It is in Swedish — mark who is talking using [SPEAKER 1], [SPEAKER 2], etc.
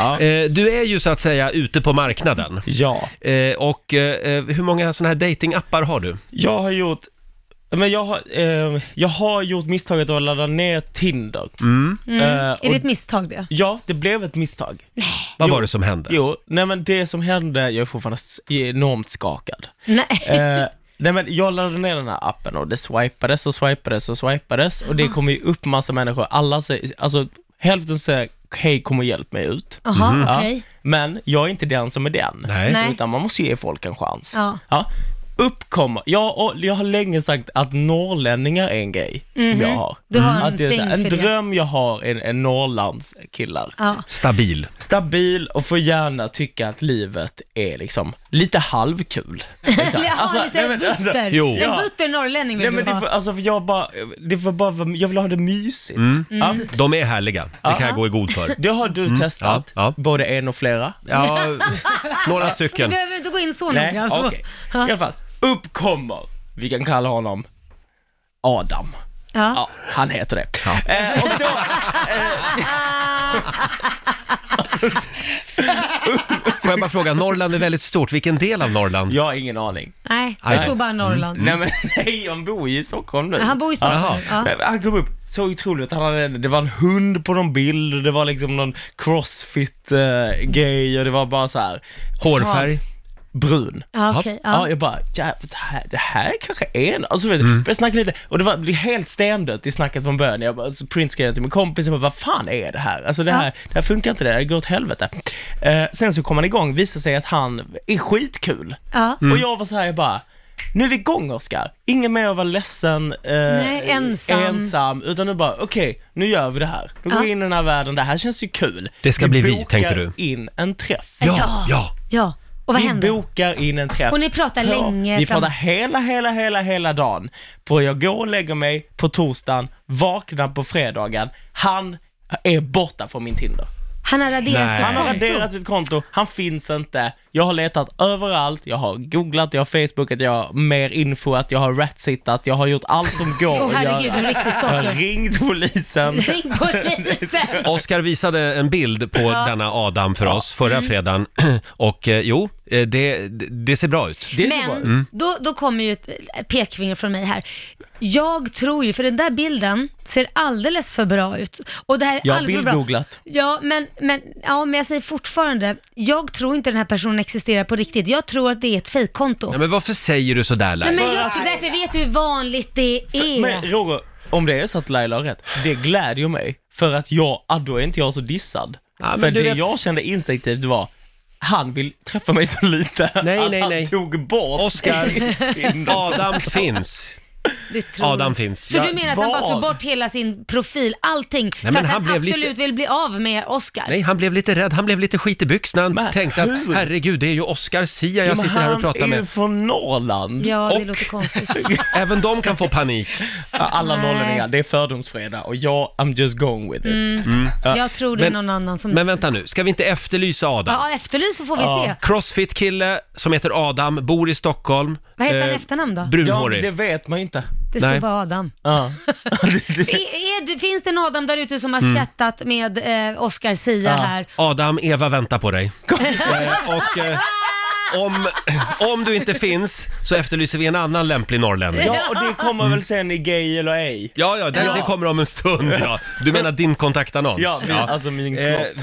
[SPEAKER 1] Ja.
[SPEAKER 2] Eh, Du är ju så att säga ute på marknaden.
[SPEAKER 1] Ja,
[SPEAKER 2] Eh, Och eh, hur många sådana här datingappar har du?
[SPEAKER 1] jag har gjort men jag har, eh, jag har gjort misstaget att ladda ner Tinder. Eh,
[SPEAKER 3] Mm. Är
[SPEAKER 1] och-
[SPEAKER 3] det ett misstag det?
[SPEAKER 1] Ja, det blev ett misstag.
[SPEAKER 2] Vad
[SPEAKER 1] Jo.
[SPEAKER 2] var det som hände?
[SPEAKER 1] Jo, nej men det som hände, jag är fortfarande s- enormt skakad.
[SPEAKER 3] Nej.
[SPEAKER 1] Eh, nej men jag laddade ner den här appen och det swipades och swipades och swipades och
[SPEAKER 3] Ah.
[SPEAKER 1] det kom ju upp massa människor, alla säger, alltså hälften säger hej kom och hjälp mig ut.
[SPEAKER 3] Jaha, Ah, okej.
[SPEAKER 1] Men jag är inte den som är den.
[SPEAKER 2] Nej.
[SPEAKER 3] Nej.
[SPEAKER 1] Utan man måste ge folk en chans.
[SPEAKER 3] Ja.
[SPEAKER 1] Uppkomma, jag, och jag har länge sagt att norrlänningar är en grej som jag har.
[SPEAKER 3] Mhm. Du har en
[SPEAKER 1] att det är så här,
[SPEAKER 3] thing
[SPEAKER 1] en
[SPEAKER 3] för det.
[SPEAKER 1] dröm jag har är, är norrlandskillar.
[SPEAKER 3] Ja.
[SPEAKER 2] Stabil.
[SPEAKER 1] Stabil och får gärna tycka att livet är liksom lite halvkul. Liksom.
[SPEAKER 3] Eller, ja, lite
[SPEAKER 1] nej, men alltså,
[SPEAKER 3] butter.
[SPEAKER 2] jo.
[SPEAKER 3] En
[SPEAKER 1] Ja.
[SPEAKER 3] butter norrlänning vill
[SPEAKER 1] Nej men
[SPEAKER 3] du
[SPEAKER 1] det
[SPEAKER 3] ha.
[SPEAKER 1] får, alltså för jag bara, det får bara, vara- jag vill ha det mysigt.
[SPEAKER 2] Mm.
[SPEAKER 1] Ja,
[SPEAKER 2] De är härliga, det kan jag gå i god för.
[SPEAKER 1] det har du testat,
[SPEAKER 2] Mm. Ja, ja.
[SPEAKER 1] både en och flera.
[SPEAKER 2] Ja, några
[SPEAKER 3] Du
[SPEAKER 2] stycken.
[SPEAKER 3] behöver inte gå in så
[SPEAKER 1] Nej,
[SPEAKER 3] noggrant.
[SPEAKER 1] okej. I alla fall, upp kommer, vi kan kalla honom Adam.
[SPEAKER 3] Ja.
[SPEAKER 1] Ja, han heter det. Eh, och då,
[SPEAKER 2] Får jag bara fråga, Norrland är väldigt stort. Vilken del av Norrland?
[SPEAKER 1] jag har ingen aning.
[SPEAKER 3] Nej, det
[SPEAKER 2] Nej.
[SPEAKER 3] står bara Norrland.
[SPEAKER 1] Mm. Nej men nej, han bor ju i Stockholm nu.
[SPEAKER 3] Han bor i
[SPEAKER 2] Jaha.
[SPEAKER 3] Stockholm. Ja.
[SPEAKER 1] Men Han kom upp, så otroligt, han hade, det var en hund på någon bild, och det var liksom någon crossfit-grej och det var bara så här
[SPEAKER 2] Hårfärg?
[SPEAKER 1] brun.
[SPEAKER 3] Ja, okej.
[SPEAKER 1] Ja.
[SPEAKER 3] Ja.
[SPEAKER 1] jag bara, jävlar, det, här, det här kanske är en... Alltså, vet du,
[SPEAKER 2] Mm.
[SPEAKER 1] jag snackade lite, och det var det är helt stendött i snacket från början. Jag bara, alltså, printskrev till min kompis, jag bara, vad fan är det här? Alltså det här, det här funkar inte, det här går åt helvete. Eh, sen så kom han igång, visade sig att han är skitkul.
[SPEAKER 3] Ja.
[SPEAKER 2] Mm.
[SPEAKER 1] Och jag var så här, jag bara, nu är vi igång Oskar. Ingen mer att vara ledsen, eh,
[SPEAKER 3] Nej, ensam.
[SPEAKER 1] ensam, utan nu bara, okej, nu gör vi det här. Nu går vi in i den här världen, det här känns ju kul.
[SPEAKER 2] Det ska bli vi,
[SPEAKER 1] bokar
[SPEAKER 2] tänkte du.
[SPEAKER 1] in en träff.
[SPEAKER 2] Ja, ja.
[SPEAKER 3] ja. Och vad
[SPEAKER 1] Vi
[SPEAKER 3] hände?
[SPEAKER 1] bokar in en träff.
[SPEAKER 3] Och ni pratar länge
[SPEAKER 1] Vi
[SPEAKER 3] fram-
[SPEAKER 1] pratar hela, hela, hela, hela dagen. På jag går och lägger mig på torsdagen, vaknar på fredagen. Han är borta från min Tinder.
[SPEAKER 3] Han har
[SPEAKER 2] Nej.
[SPEAKER 3] raderat sitt
[SPEAKER 1] Han har
[SPEAKER 3] konto.
[SPEAKER 1] raderat sitt konto, han finns inte. Jag har letat överallt, jag har googlat, jag har facebookat, jag har mer info, att jag har ratsittat, jag har gjort allt som går
[SPEAKER 3] Åh
[SPEAKER 1] att
[SPEAKER 3] herregud,
[SPEAKER 1] göra.
[SPEAKER 3] du är en riktig
[SPEAKER 1] Jag har
[SPEAKER 3] stalker.
[SPEAKER 1] ringt polisen.
[SPEAKER 3] Ring polisen!
[SPEAKER 2] Oskar visade en bild på denna Adam för oss förra fredagen och eh, jo, eh, det, det ser bra ut.
[SPEAKER 1] Det är så
[SPEAKER 3] Men
[SPEAKER 1] bra. Mm.
[SPEAKER 3] då, då kommer ju ett ett pekfinger från mig här. Jag tror ju, för den där bilden ser alldeles för bra ut. Och det här är
[SPEAKER 1] Jag har
[SPEAKER 3] alldeles för alltså, bra.
[SPEAKER 1] bildgooglat.
[SPEAKER 3] Ja men, men, ja, men jag säger fortfarande, jag tror inte den här personen existerar på riktigt. Jag tror att det är ett fejkkonto.
[SPEAKER 2] Ja, men varför säger du sådär
[SPEAKER 3] Nej,
[SPEAKER 2] Laila?
[SPEAKER 3] men jag tror därför vet du hur vanligt det är.
[SPEAKER 1] Men Roger, om det är så att Laila har rätt, det gläder ju mig. För att jag, ah, då är inte jag så dissad.
[SPEAKER 2] Ja, men
[SPEAKER 1] för
[SPEAKER 2] du
[SPEAKER 1] det
[SPEAKER 2] vet-
[SPEAKER 1] jag kände instinktivt var, han vill träffa mig så lite
[SPEAKER 2] Nej,
[SPEAKER 1] att
[SPEAKER 2] nej,
[SPEAKER 1] han
[SPEAKER 2] nej.
[SPEAKER 1] tog bort
[SPEAKER 2] Oscar.
[SPEAKER 1] Tinder.
[SPEAKER 2] Adam finns.
[SPEAKER 3] det tror
[SPEAKER 2] Adam
[SPEAKER 3] jag.
[SPEAKER 2] finns.
[SPEAKER 3] Så
[SPEAKER 2] Ja,
[SPEAKER 3] du menar att han bara
[SPEAKER 1] var?
[SPEAKER 3] tog bort hela sin profil, allting, för
[SPEAKER 2] men
[SPEAKER 3] att
[SPEAKER 2] han
[SPEAKER 3] han,
[SPEAKER 2] blev
[SPEAKER 3] absolut
[SPEAKER 2] lite-
[SPEAKER 3] vill bli av med Oscar?
[SPEAKER 2] Nej, han blev lite rädd. Han blev lite skit i byxorna. Han
[SPEAKER 1] Men
[SPEAKER 2] tänkte att
[SPEAKER 1] hur?
[SPEAKER 2] herregud, det är ju Oscar Sia jag
[SPEAKER 1] Men
[SPEAKER 2] sitter här och
[SPEAKER 1] han
[SPEAKER 2] pratar
[SPEAKER 1] är ju
[SPEAKER 2] med.
[SPEAKER 1] från Norrland.
[SPEAKER 3] Ja, det
[SPEAKER 2] Och-
[SPEAKER 3] låter konstigt.
[SPEAKER 2] Även de kan få panik.
[SPEAKER 1] Alla
[SPEAKER 3] Nej.
[SPEAKER 1] norrlänningar, det är fördomsfredag och jag, I'm just going with it.
[SPEAKER 3] Mm. Jag tror det är någon annan som...
[SPEAKER 2] Men vänta nu, ska vi inte efterlysa Adam?
[SPEAKER 3] Ja, efterlys så får vi se.
[SPEAKER 2] Crossfit-kille som heter Adam, bor i Stockholm.
[SPEAKER 3] Vad heter han
[SPEAKER 2] Eh,
[SPEAKER 3] efternamn då?
[SPEAKER 1] Ja,
[SPEAKER 2] Brunhårig.
[SPEAKER 1] det vet man ju inte.
[SPEAKER 3] Det
[SPEAKER 2] nej.
[SPEAKER 3] står bara Adam.
[SPEAKER 1] Ja.
[SPEAKER 3] Är, är, du- finns det en Adam där ute som har
[SPEAKER 2] Mm.
[SPEAKER 3] chattat med eh, Oscar Sia här?
[SPEAKER 2] Adam, Eva väntar på dig. Eh, och eh, om, om du inte finns så efterlyser vi en annan lämplig norrlänning.
[SPEAKER 1] ja, och det kommer väl sen i Gay eller ej.
[SPEAKER 2] Ja, ja, det, det kommer om en stund. Ja. Du menar din kontaktannons? Eh,
[SPEAKER 1] Ja, min- alltså min slott.